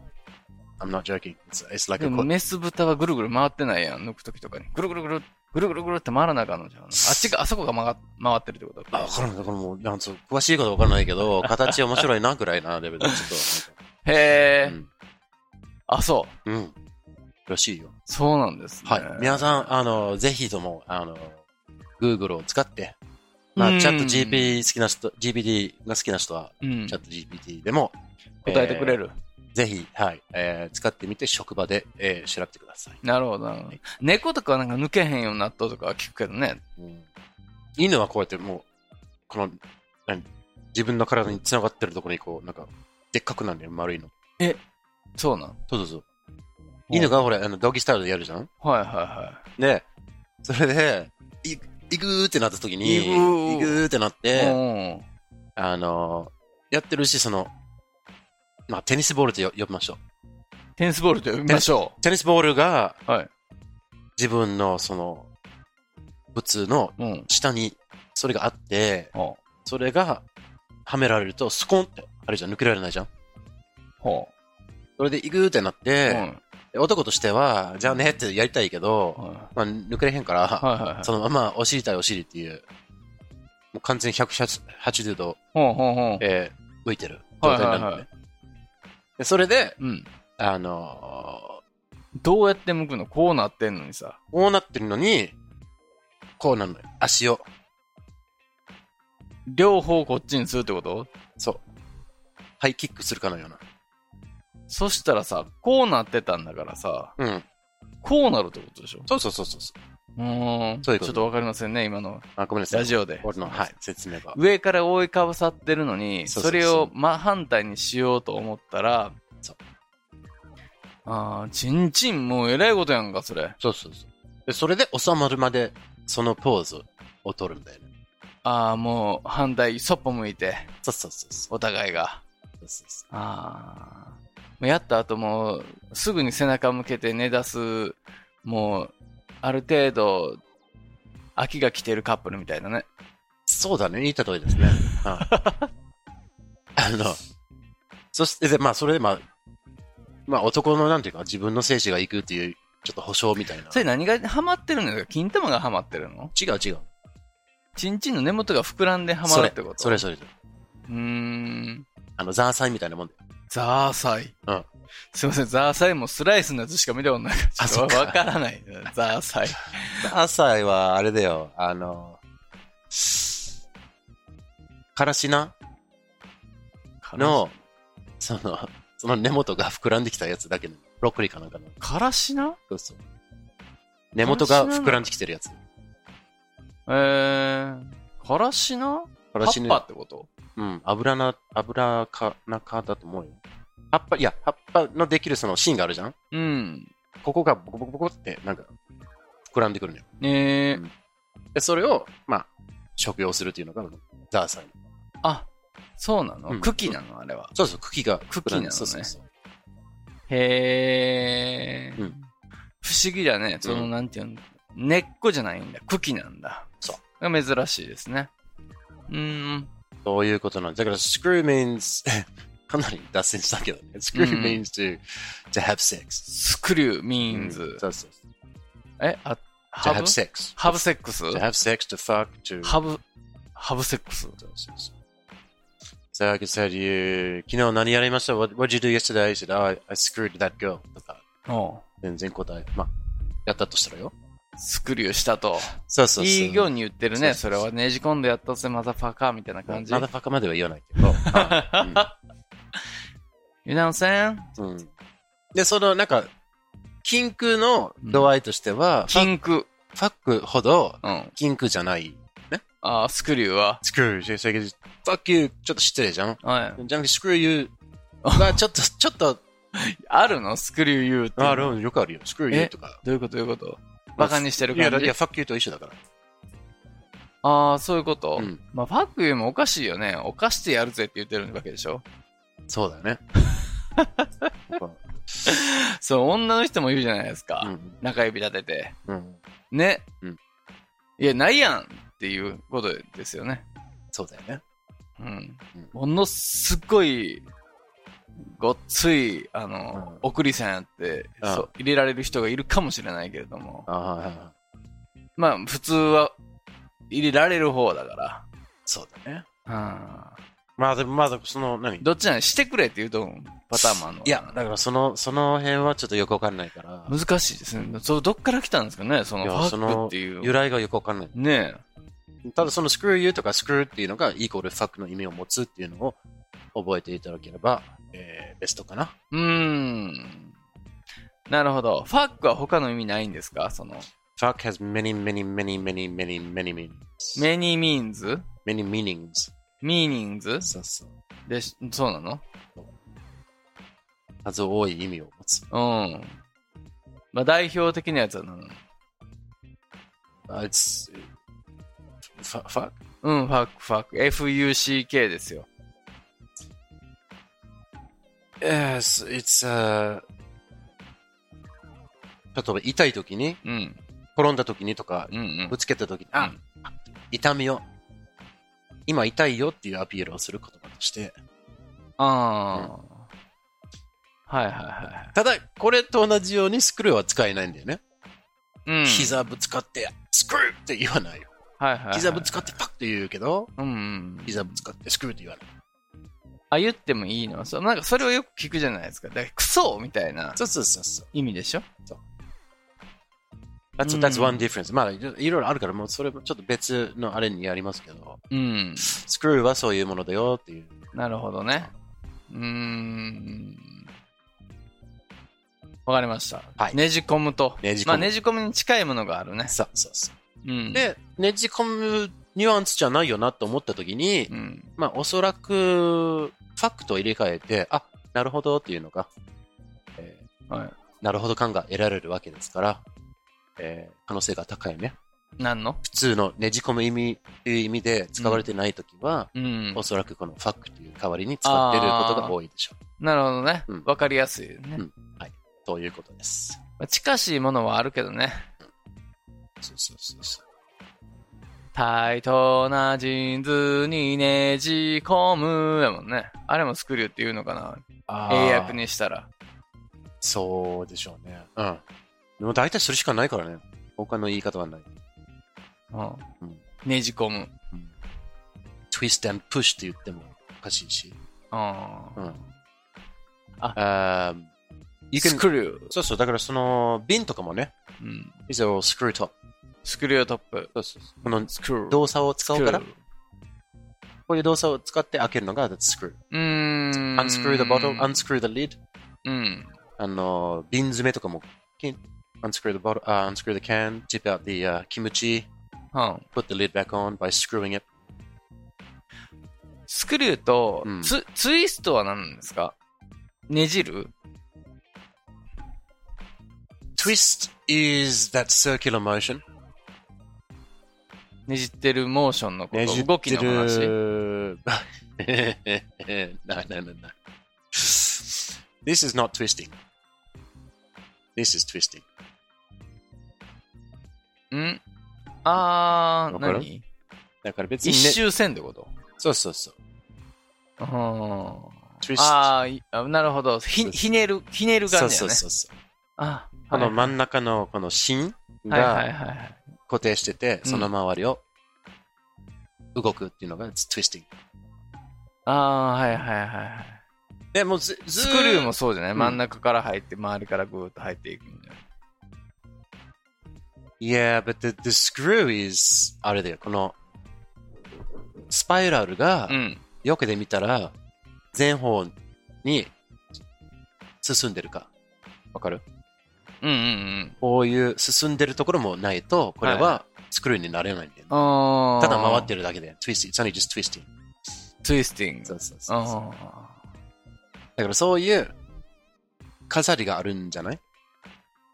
Speaker 1: I'm not joking. It's, it's like
Speaker 2: で
Speaker 1: a
Speaker 2: も
Speaker 1: corkscrew.
Speaker 2: メス豚はぐるぐる回ってないやん、抜くときとかに。ぐるぐるぐる、ぐるぐるぐるって回らなあかんのじゃん。あっちが、あそこが曲が回ってるってこと
Speaker 1: あ、わからん。だからもう、なんつう、詳しいことはわからないけ ど、形面白いなぐらいなレベルで、ちょっと
Speaker 2: へ
Speaker 1: なん
Speaker 2: え、
Speaker 1: か。
Speaker 2: あ、そう。
Speaker 1: うん。うん。らしいよ。
Speaker 2: そうなんです、ね。
Speaker 1: はい。皆さん、あの、ぜひとも、あの、Google を使って、ま
Speaker 2: うん
Speaker 1: あ、チャット GPT 好きな人、GPT が好きな人は、
Speaker 2: うん
Speaker 1: チャット GPT でも、
Speaker 2: 答えてくれる。
Speaker 1: えーぜひ、はい、えー使ってみて、職場で、えー調べてください。
Speaker 2: なるほど、なるほど。猫とかはなんか抜けへんようになったとかは聞くけどね。
Speaker 1: うん犬はこうやってもう、この、何自分の体に繋がってるところにこう、なんか、でっかくなるんだよ、丸いの。
Speaker 2: そうなん。
Speaker 1: そうそうそう。犬がほら、あの、ドギースタイルでやるじゃん
Speaker 2: はいはいは
Speaker 1: で、それで、い、行くーってなった時に、
Speaker 2: 行く
Speaker 1: 行
Speaker 2: ー
Speaker 1: くーってなっ
Speaker 2: い。
Speaker 1: て、
Speaker 2: うん。
Speaker 1: あの、やってるし、その、まあ、テニスボールとよ呼びましょ
Speaker 2: テニスボールと呼びましょ
Speaker 1: う。テニスボールが、
Speaker 2: はい
Speaker 1: 自分の、その、普通の
Speaker 2: う。うん。
Speaker 1: 下に、それがあって、
Speaker 2: ほう。
Speaker 1: それが、はめられると、スコンって、あれじゃん、抜けられないじゃん。
Speaker 2: ほ
Speaker 1: それで行くってなっ
Speaker 2: う。う
Speaker 1: て、
Speaker 2: ん。
Speaker 1: 男としては、じゃあねってやりたいけど、
Speaker 2: はい
Speaker 1: まあ、抜けれへんから、
Speaker 2: はいはいはい。
Speaker 1: そのままお尻対お尻っていう、もう完全に180度、
Speaker 2: ほうほうほう。
Speaker 1: えー浮いてる状態になるのね、
Speaker 2: はいはいは
Speaker 1: でそれで、
Speaker 2: うん。
Speaker 1: あの
Speaker 2: どうやって向くのこうなってんのにさ。
Speaker 1: ーこうなってるのに、こうなるのよ。足を。
Speaker 2: 両方こっちにするってこと
Speaker 1: そう。ハイキックするかのような。
Speaker 2: そしたらさ、こうなってたんだからさ、
Speaker 1: うん。
Speaker 2: こうなるってことでしょ
Speaker 1: そうそうそうそうそう。
Speaker 2: うーん。
Speaker 1: そういうこと
Speaker 2: ちょっとわかりませんね、今の
Speaker 1: あ、ごめんなさい。
Speaker 2: ラジオで。
Speaker 1: 俺の、はい、説明が。
Speaker 2: 上から覆いかぶさってるのに、
Speaker 1: そう
Speaker 2: そ
Speaker 1: そうそう
Speaker 2: れを真反対にしようと思ったら
Speaker 1: そう、
Speaker 2: ああ、ちんちんもうえらいことやんか、それ。
Speaker 1: そうそうそう。で、それで収まるまで、そのポーズを取るんだよね。
Speaker 2: ああ、もう反対、そっぽ向いて、
Speaker 1: そうそうそうそう。
Speaker 2: お互いが。
Speaker 1: そうそうそ
Speaker 2: ああ。やった後も、すぐに背中向けて寝出す、もう、ある程度、秋が来てるカップルみたいなね。
Speaker 1: うそうだね。いい例えですね。 はい。あの、そして、で、まあ、それで、まあ、まあ、男の、なんていうか、自分の精子が行くっていう、ちょっと保証みたいな。
Speaker 2: それ何がハマってるのよ金玉がハマってるの
Speaker 1: 違う違う。
Speaker 2: ちんちんの根元が膨らんでハマるってこと
Speaker 1: それそれそれ。
Speaker 2: うーん。
Speaker 1: あの、ザーサイみたいなもんだよ。
Speaker 2: ザーサイ。
Speaker 1: うん。
Speaker 2: すいません、ザーサイもスライスのやつしか見たことないから、
Speaker 1: あ
Speaker 2: ちょっと
Speaker 1: そ
Speaker 2: わ
Speaker 1: っか
Speaker 2: からない。ザーサイ。
Speaker 1: ザーサイは、あれだよ。あの、からしなの、その、その根元が膨らんできたやつだけど、ブロッコリーかなんかの。
Speaker 2: からしな
Speaker 1: そうそう。根元が膨らんできてるやつ。
Speaker 2: えー、からしな
Speaker 1: か
Speaker 2: 葉
Speaker 1: ら
Speaker 2: っ
Speaker 1: しね
Speaker 2: ぱってこと
Speaker 1: うん、油な、油か、中だと思うよ。葉っぱ、いや、葉っぱのできるその芯があるじゃん
Speaker 2: うん。
Speaker 1: ここがボコボコボコって、なんか、膨らんでくるのよ。
Speaker 2: えー、
Speaker 1: で、それを、まあ、食用するっていうのが、ザーサイ。
Speaker 2: あ、そうなの、
Speaker 1: うん
Speaker 2: 茎なのあれは。
Speaker 1: そうそう、茎が
Speaker 2: 茎なのね
Speaker 1: そうそうそう。
Speaker 2: へー。
Speaker 1: うん
Speaker 2: 不思議だね。その、
Speaker 1: うん
Speaker 2: なんていうの、根っこじゃないんだ。茎なんだ。。
Speaker 1: そう
Speaker 2: 珍しいですね。うーん。
Speaker 1: そういうことなんです。だから、screw means かなり脱線したけどね。screw
Speaker 2: うん
Speaker 1: means to, to have sex.
Speaker 2: スクリュー
Speaker 1: うん
Speaker 2: means、
Speaker 1: そうそう。
Speaker 2: えあ、
Speaker 1: to
Speaker 2: ハブ
Speaker 1: have sex.
Speaker 2: ハブセックス
Speaker 1: To have sex, to fuck, to...
Speaker 2: ハブ、ハブセックス。
Speaker 1: そうそうそう。So I could say to you, 昨日何やりました ?What did you do yesterday? He said, oh, I I screwed that girl. とか、
Speaker 2: お
Speaker 1: 全然答え。まあ、やったとしたらよ。
Speaker 2: うスクリューしたと。
Speaker 1: そうそうそう。
Speaker 2: いいように言ってるね。
Speaker 1: そ
Speaker 2: そ
Speaker 1: そ
Speaker 2: うれ
Speaker 1: うそう
Speaker 2: はねじ込んでやったぜ、マザファカーみたいな
Speaker 1: ま
Speaker 2: 感じ。
Speaker 1: だバカまでは言わない けど。あ
Speaker 2: You know what I'm
Speaker 1: う
Speaker 2: saying?
Speaker 1: んうんで、その、なんか、禁句の度合いとしては、フ
Speaker 2: キ
Speaker 1: ァ
Speaker 2: ンク。
Speaker 1: ファックほど
Speaker 2: うん。
Speaker 1: 禁句じゃない。
Speaker 2: あースクリューは。
Speaker 1: screw, so you say, fuck you, ちょっと失礼じゃん。
Speaker 2: はい。
Speaker 1: じゃなくて screw you がちょっと、ちょっと、
Speaker 2: あるのスクリュー言うって。
Speaker 1: あ。るよくあるよ。screw you
Speaker 2: え
Speaker 1: とか。
Speaker 2: どういうことどういうことバカにしてる
Speaker 1: いや、だ
Speaker 2: 感
Speaker 1: いや、
Speaker 2: じ。
Speaker 1: fuck you と一緒だから。
Speaker 2: ああ、そういうこと。
Speaker 1: うん
Speaker 2: まあ、ファックよりもおかしいよね。おかしてやるぜって言ってるわけでしょ。
Speaker 1: そうだよね。
Speaker 2: そう、女の人も言うじゃないですか。
Speaker 1: うん
Speaker 2: 中指立てて。
Speaker 1: うん。
Speaker 2: ね。
Speaker 1: うん
Speaker 2: いや、ないやんっていうことですよね。
Speaker 1: そうだよね。
Speaker 2: うん
Speaker 1: うん。
Speaker 2: ものすごい、ごっつい、あの、
Speaker 1: うん
Speaker 2: 送り線やって、
Speaker 1: うん
Speaker 2: そう入れられる人がいるかもしれないけれども。
Speaker 1: ああはいはいはい、
Speaker 2: まあ、普通は、入れられる方だか
Speaker 1: そうだね。
Speaker 2: ら。
Speaker 1: まあでも、まだその、
Speaker 2: う
Speaker 1: 何
Speaker 2: ん。どっちなのしてくれって言うと思うパターンもあるの。
Speaker 1: いや、だからその、その辺はちょっとよくわかんないから、
Speaker 2: 難しいですね。そう、どっから来たんですかね、その、
Speaker 1: い
Speaker 2: フ
Speaker 1: や
Speaker 2: ァ
Speaker 1: そ
Speaker 2: ック
Speaker 1: の
Speaker 2: っていう。
Speaker 1: 由来がよくわかんない。
Speaker 2: ね
Speaker 1: ただその screw you とか screw っていうのがイコール fuck の意味を持つっていうのを覚えていただければ、えー、ベストかな。
Speaker 2: え。うーん。なるほど。ファックは他の意味ないんですかその、
Speaker 1: fuck has many, many, many, many, many, many meanings.
Speaker 2: many means?
Speaker 1: many meanings.
Speaker 2: meanings?
Speaker 1: そうそう。
Speaker 2: で、しそうなの
Speaker 1: 数多い意味を持つ。
Speaker 2: うん。まあ、代表的なやつは何なの
Speaker 1: あ、it's, fu- fuck?
Speaker 2: うん、ファック、ファック。fuck ですよ。
Speaker 1: Yes, it's, uh, 例えば痛い時に、
Speaker 2: うん、
Speaker 1: 転んだ時にとか
Speaker 2: う、ん、うん
Speaker 1: ぶ。つけた時に、あ、痛みを、今痛いよっていうアピールをする言葉として、
Speaker 2: ああ。はいはいはい
Speaker 1: ただ、これと同じようにスクルーは使えないんだよね。。
Speaker 2: うん。
Speaker 1: 膝ぶつかって、スクルーって言わないよ。
Speaker 2: はいはいはい。
Speaker 1: 膝ぶつかってパッって言うけど、
Speaker 2: うんうん。
Speaker 1: 膝ぶつかってスクルーって言わない。
Speaker 2: あ、言ってもいいのそう、なんかそれをよく聞くじゃないですか。だからクソみたいな
Speaker 1: そうそうそうそう。
Speaker 2: 意味でしょ
Speaker 1: That's,
Speaker 2: うん
Speaker 1: that's one difference. まあ、いろいろあるから、もうそれもちょっと別のあれにやりますけど、
Speaker 2: うん。
Speaker 1: スクルーはそういうものだよっていう。
Speaker 2: なるほどね。うーん。わかりました。
Speaker 1: はい
Speaker 2: ねじ込むと。
Speaker 1: ねじ込む
Speaker 2: まあ、ねじ込みに近いものがあるね。
Speaker 1: そうそうそう。
Speaker 2: うん。、
Speaker 1: で、ねじ込むニュアンスじゃないよなと思った時に、
Speaker 2: うん。
Speaker 1: まあ、おそらく、ファクトを入れ替えて、あ、なるほどっていうのが、え
Speaker 2: はい。
Speaker 1: ーなるほど感が得られるわけですから、えー可能性が高いね。
Speaker 2: 何の
Speaker 1: 普通のねじ込む意味っていう意味で使われてない時は、
Speaker 2: うん
Speaker 1: お。そらくこのファクという代わりに使っていることが多いでしょう。
Speaker 2: なるほどね
Speaker 1: うん。
Speaker 2: わかりやすいね。
Speaker 1: うんということです。
Speaker 2: まあ近しいものはあるけどね。
Speaker 1: そうそうそうそう。
Speaker 2: 対等なジーンズにねじ込むやもんね。あれもスクリューっていうのかな
Speaker 1: あー
Speaker 2: 英訳にしたら。
Speaker 1: そうでしょうね。うん。でも大体それしかないからね。他の言い方はない。
Speaker 2: うん
Speaker 1: うん。
Speaker 2: ねじ込む。
Speaker 1: twist and push って言ってもおかしいし。
Speaker 2: あ
Speaker 1: うん。
Speaker 2: あ
Speaker 1: あー、
Speaker 2: ー
Speaker 1: you
Speaker 2: ス
Speaker 1: can-
Speaker 2: クリュー。
Speaker 1: そうそう、だからその瓶とかもね、
Speaker 2: うん。
Speaker 1: is a screw top。
Speaker 2: スクリュートップ。
Speaker 1: そうそうそうこの
Speaker 2: スクリュー。
Speaker 1: 動作を使うから
Speaker 2: ス、ク
Speaker 1: こういう動作を使って開けるのが that's screw。
Speaker 2: リューうーん。
Speaker 1: unscrew the bottle, unscrew the lid。
Speaker 2: うん。
Speaker 1: あの、瓶詰めとかも、can- unscrew the bottle,、uh, unscrew the can, tip out the、uh, kimchi,
Speaker 2: うん。
Speaker 1: put the lid back on by screwing it.
Speaker 2: スクリューと
Speaker 1: うん
Speaker 2: ツ、ツイストは何なんですかねじる
Speaker 1: Twist is that circular motion.
Speaker 2: ねじってるモーションのこと。
Speaker 1: ねじっ
Speaker 2: 動
Speaker 1: て
Speaker 2: きの 話。
Speaker 1: る。no, no, no, no. This is not twisting. This is twisting.
Speaker 2: んあー、
Speaker 1: わかる
Speaker 2: 何
Speaker 1: だから別に、
Speaker 2: 一
Speaker 1: ね、
Speaker 2: 周線ってこと
Speaker 1: そうそうそう。
Speaker 2: うーん。
Speaker 1: ツイスト。
Speaker 2: あーいあ、なるほど。ひ、ひねる、ひねる感じだ
Speaker 1: そ
Speaker 2: よ
Speaker 1: う
Speaker 2: ね。
Speaker 1: そうそうそう。
Speaker 2: あ、
Speaker 1: この真
Speaker 2: ん
Speaker 1: ん中のこの芯
Speaker 2: はいはいはい
Speaker 1: が
Speaker 2: はい。
Speaker 1: 固定してて、その周りを動くっていうのがツイスティング。
Speaker 2: ああ、はいはいはいはい。
Speaker 1: で、もうず、ず
Speaker 2: スクリューも
Speaker 1: ず
Speaker 2: そうじゃない、
Speaker 1: うん
Speaker 2: 真ん中から入って、周りからぐーっと入っていくみたいな。
Speaker 1: Yeah, but the, the screw is, あれだよ、この、スパイラルが
Speaker 2: う、ん。
Speaker 1: よくで見たら、前方に進んでるか。わかる
Speaker 2: うんうん
Speaker 1: こういう進んでるところもないと、これ
Speaker 2: は
Speaker 1: はスクリューになれないんだよね、
Speaker 2: うん。ああ。
Speaker 1: ただ回って
Speaker 2: る。
Speaker 1: るだけで、ツイスティング、it's only just twisting.
Speaker 2: ツイスティング。
Speaker 1: そうそうそうそう。
Speaker 2: あ
Speaker 1: だからそういう飾りがあるんじゃない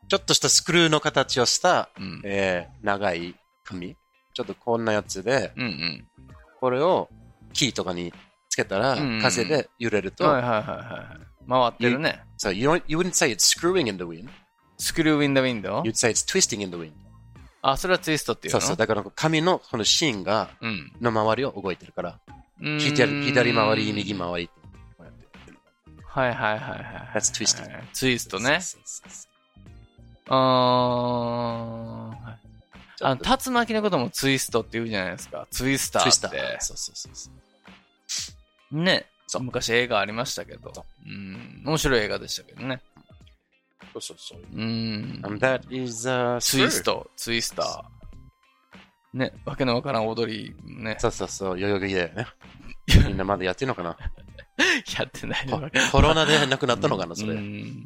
Speaker 1: ちょっとしたスクリューの形をした、
Speaker 2: あ。うん。
Speaker 1: えー長い紙。ちょっとこんなやつで、
Speaker 2: うんうん。
Speaker 1: これをキーとかにつけたら
Speaker 2: うんうん、
Speaker 1: 風で揺れると、
Speaker 2: はいはいはいはいはい。回ってるね。
Speaker 1: so you, don't, you wouldn't say it's screwing in the wind,
Speaker 2: スクリューウィンドウウィンドウ
Speaker 1: you'd say it's twisting in the wind.
Speaker 2: あ、それはツイストっていう
Speaker 1: そ
Speaker 2: の
Speaker 1: うそう、だから紙のこの芯が、
Speaker 2: うん。
Speaker 1: の周りを動いてるから、
Speaker 2: うーん
Speaker 1: 左左回り、右回り。こうやって
Speaker 2: はいはいはいはい。
Speaker 1: That's twisting.
Speaker 2: はいツイストね。
Speaker 1: そうそうそう
Speaker 2: あーはい
Speaker 1: そう
Speaker 2: あの、
Speaker 1: ちょっ
Speaker 2: 竜巻のこともツイストって言うじゃないですか。ツイスタ
Speaker 1: とツイスタ
Speaker 2: ーっ
Speaker 1: ー
Speaker 2: て。
Speaker 1: そうそうそうそう。
Speaker 2: ね。
Speaker 1: そう
Speaker 2: 昔映画ありましたけど。うん。面白い映画でしたけどね。
Speaker 1: そうそうそう。
Speaker 2: うん。
Speaker 1: And that is a
Speaker 2: ツイスト、ツイスター。ね。わけのわからん踊りもね。
Speaker 1: そうそうそう、代々木だよね。みんなまだやってんのかな
Speaker 2: やってない
Speaker 1: コ
Speaker 2: の
Speaker 1: コロナでなくなったのかなそれ。
Speaker 2: う
Speaker 1: 面
Speaker 2: ん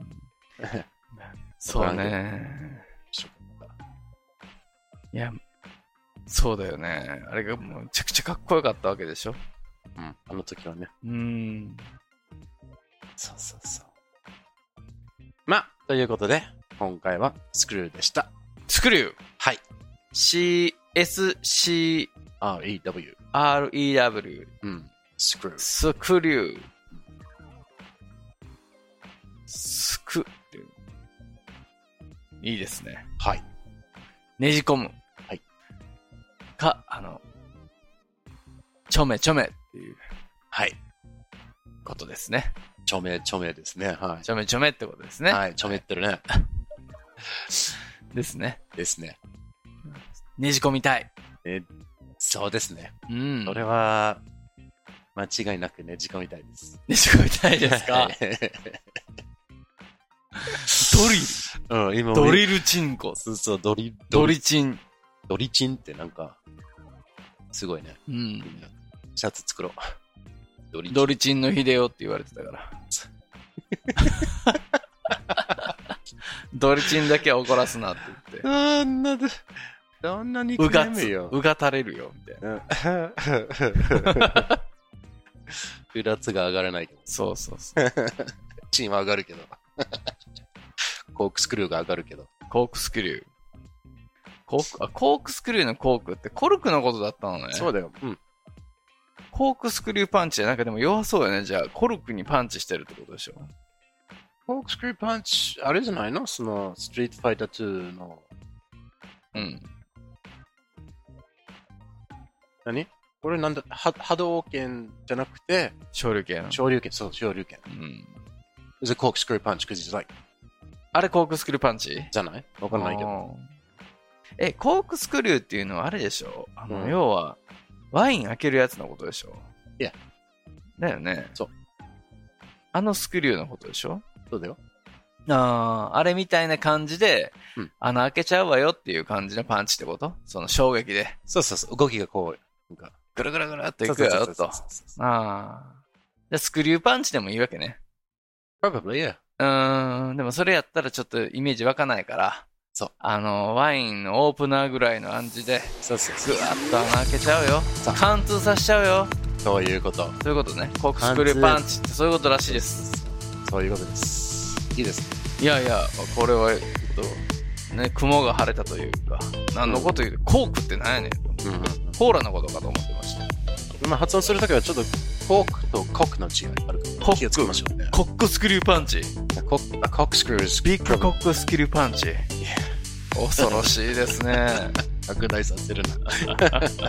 Speaker 2: そうね。
Speaker 1: 白かった
Speaker 2: いや、そうだよね。あれがもうめちゃくちゃかっこよかったわけでしょ。
Speaker 1: うん、あの時はね。
Speaker 2: うん。
Speaker 1: そうそうそう。まあ、ということで、今回はスクリューでした。
Speaker 2: スクリュ
Speaker 1: はい。
Speaker 2: ー !CSCREW。
Speaker 1: REW。うん。スクリュー。
Speaker 2: スクリュー。スクリュー。いいですね。
Speaker 1: はい。
Speaker 2: ねじ込む。
Speaker 1: はい。
Speaker 2: か、あの、ちょめちょめっていう
Speaker 1: はい。
Speaker 2: ことですね。
Speaker 1: 著名、著名ですね。は
Speaker 2: ちょめちょめってことです
Speaker 1: い。
Speaker 2: ね。
Speaker 1: はい、著名ってるね。
Speaker 2: ですね。
Speaker 1: ですね。
Speaker 2: ねじ込みたい。
Speaker 1: そうですね。
Speaker 2: うん。
Speaker 1: それは、間違いなくね、時間みたいです。
Speaker 2: ねじ込みたいですかドリ
Speaker 1: うん、今
Speaker 2: ル。ドリルチンコ。
Speaker 1: そうそう、ドリ、
Speaker 2: ドリチン。
Speaker 1: ドリチンってなんか、すごいね。
Speaker 2: うん。
Speaker 1: シャツ作ろう。ドリチン
Speaker 2: ドリチンの秀夫って言われてた から。ドリチンだけは怒らすなって言 って。
Speaker 1: あんなで、どんなに
Speaker 2: うがつ、うがたれるよ、みたいな。
Speaker 1: うん うらつが上がらない。
Speaker 2: そうそうそう。
Speaker 1: チンは上がるけど。 コークスクリューが上がるけど。
Speaker 2: コークスクリュー。コーク、あ、コークスクリューのコークってコルクのことだったのね。
Speaker 1: うだよ。うん。
Speaker 2: コークスクリューパンチなんかでも弱そうよね。じゃあ、コルクにパンチしてるってことでしょ。
Speaker 1: コークスクリューパンチ、あれじゃないのその、ストリートファイター2の、
Speaker 2: うん。
Speaker 1: 何これなんだ、は波動拳じゃなくて、
Speaker 2: 少量系の。
Speaker 1: 昇竜拳、そう、昇竜拳。
Speaker 2: うん。
Speaker 1: It's a corkscrew punch because it's like,
Speaker 2: あれコークスクリューパンチ
Speaker 1: じゃないわかんないけど。
Speaker 2: ど。え、コークスクリューっていうのはあれでしょあの、
Speaker 1: うん
Speaker 2: 要は、ワイン開けるやつのことでしょ
Speaker 1: いや。
Speaker 2: だよね。
Speaker 1: そう。
Speaker 2: あのスクリューのことでしょ
Speaker 1: そうだよ。
Speaker 2: ああ、あれみたいな感じで、
Speaker 1: うん
Speaker 2: 穴開けちゃうわよっていう感じのパンチってことその衝撃で、
Speaker 1: そうそうそう、動きがこう、なんか、
Speaker 2: ぐるぐるぐるっとい
Speaker 1: そう
Speaker 2: く
Speaker 1: そ
Speaker 2: よ
Speaker 1: うそう
Speaker 2: と。
Speaker 1: そう
Speaker 2: あ
Speaker 1: そう
Speaker 2: あー。じゃあスクリューパンチでもいいわけね。
Speaker 1: Probably, yeah.
Speaker 2: うーん、でもそれやったらちょっとイメージ湧かないから。
Speaker 1: そう。
Speaker 2: あの、ワインのオープナーぐらいの感じで。
Speaker 1: そうそう
Speaker 2: ぐ
Speaker 1: そう。
Speaker 2: わっと穴開けちゃうよ
Speaker 1: そう
Speaker 2: 貫通させちゃうよ
Speaker 1: そういうこと。
Speaker 2: そういうことねコックスクリューパンチってそういうことらしいです
Speaker 1: そういうことです。いいですね。
Speaker 2: いやいやこれはちょっとね雲が晴れたというか何のこと言うコークって何やねん
Speaker 1: うんうんうん
Speaker 2: コーラのことかと思ってました
Speaker 1: まあ、発音するときはちょっとコークとコックの違いあるから
Speaker 2: コック
Speaker 1: 気をつけましょうね。
Speaker 2: コックスクリューパンチ
Speaker 1: コック、コックスクリュースピ
Speaker 2: ビ
Speaker 1: ー
Speaker 2: ッ
Speaker 1: ク
Speaker 2: グコックスクリューパンチ恐ろしいですね
Speaker 1: 拡大させるな。
Speaker 2: コッ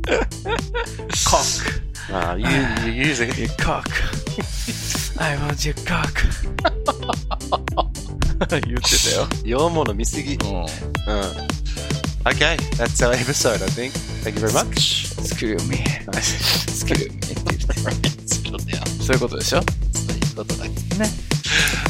Speaker 2: ク
Speaker 1: Uh, you, you use it.
Speaker 2: Your cock. I want your cock. 言ってたよ。
Speaker 1: Your mono misugi.
Speaker 2: も
Speaker 1: Uh. Okay, that's our episode, I think. Thank you very much.
Speaker 2: う、screw me. screw me. って 言って
Speaker 1: Still down.
Speaker 2: そういうことでしょ
Speaker 1: It's not like-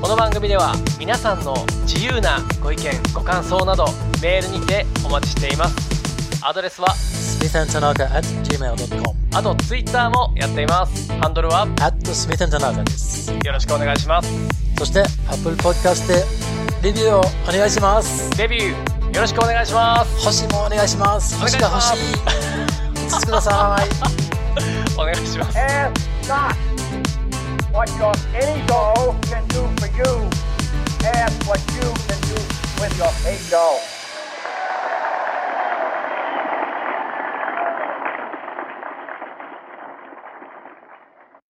Speaker 5: この番組では皆さんの自由なご意見ご感想などメールにてお待ちしていますアドレスは
Speaker 6: Smith and Tanaka at gmail.com
Speaker 5: あとツイッターもやっていますハンドルは
Speaker 6: at Smith and Tanaka です。
Speaker 5: よろしくお願いします
Speaker 6: そして、Apple Podcast でレビューをお願いします。
Speaker 5: デビューよろしくお願いします
Speaker 6: 星もお願いします。星が欲しい。5つください。
Speaker 5: お願いします
Speaker 7: Ask not what your any doll can do for you. Ask what you can do with your pay doll.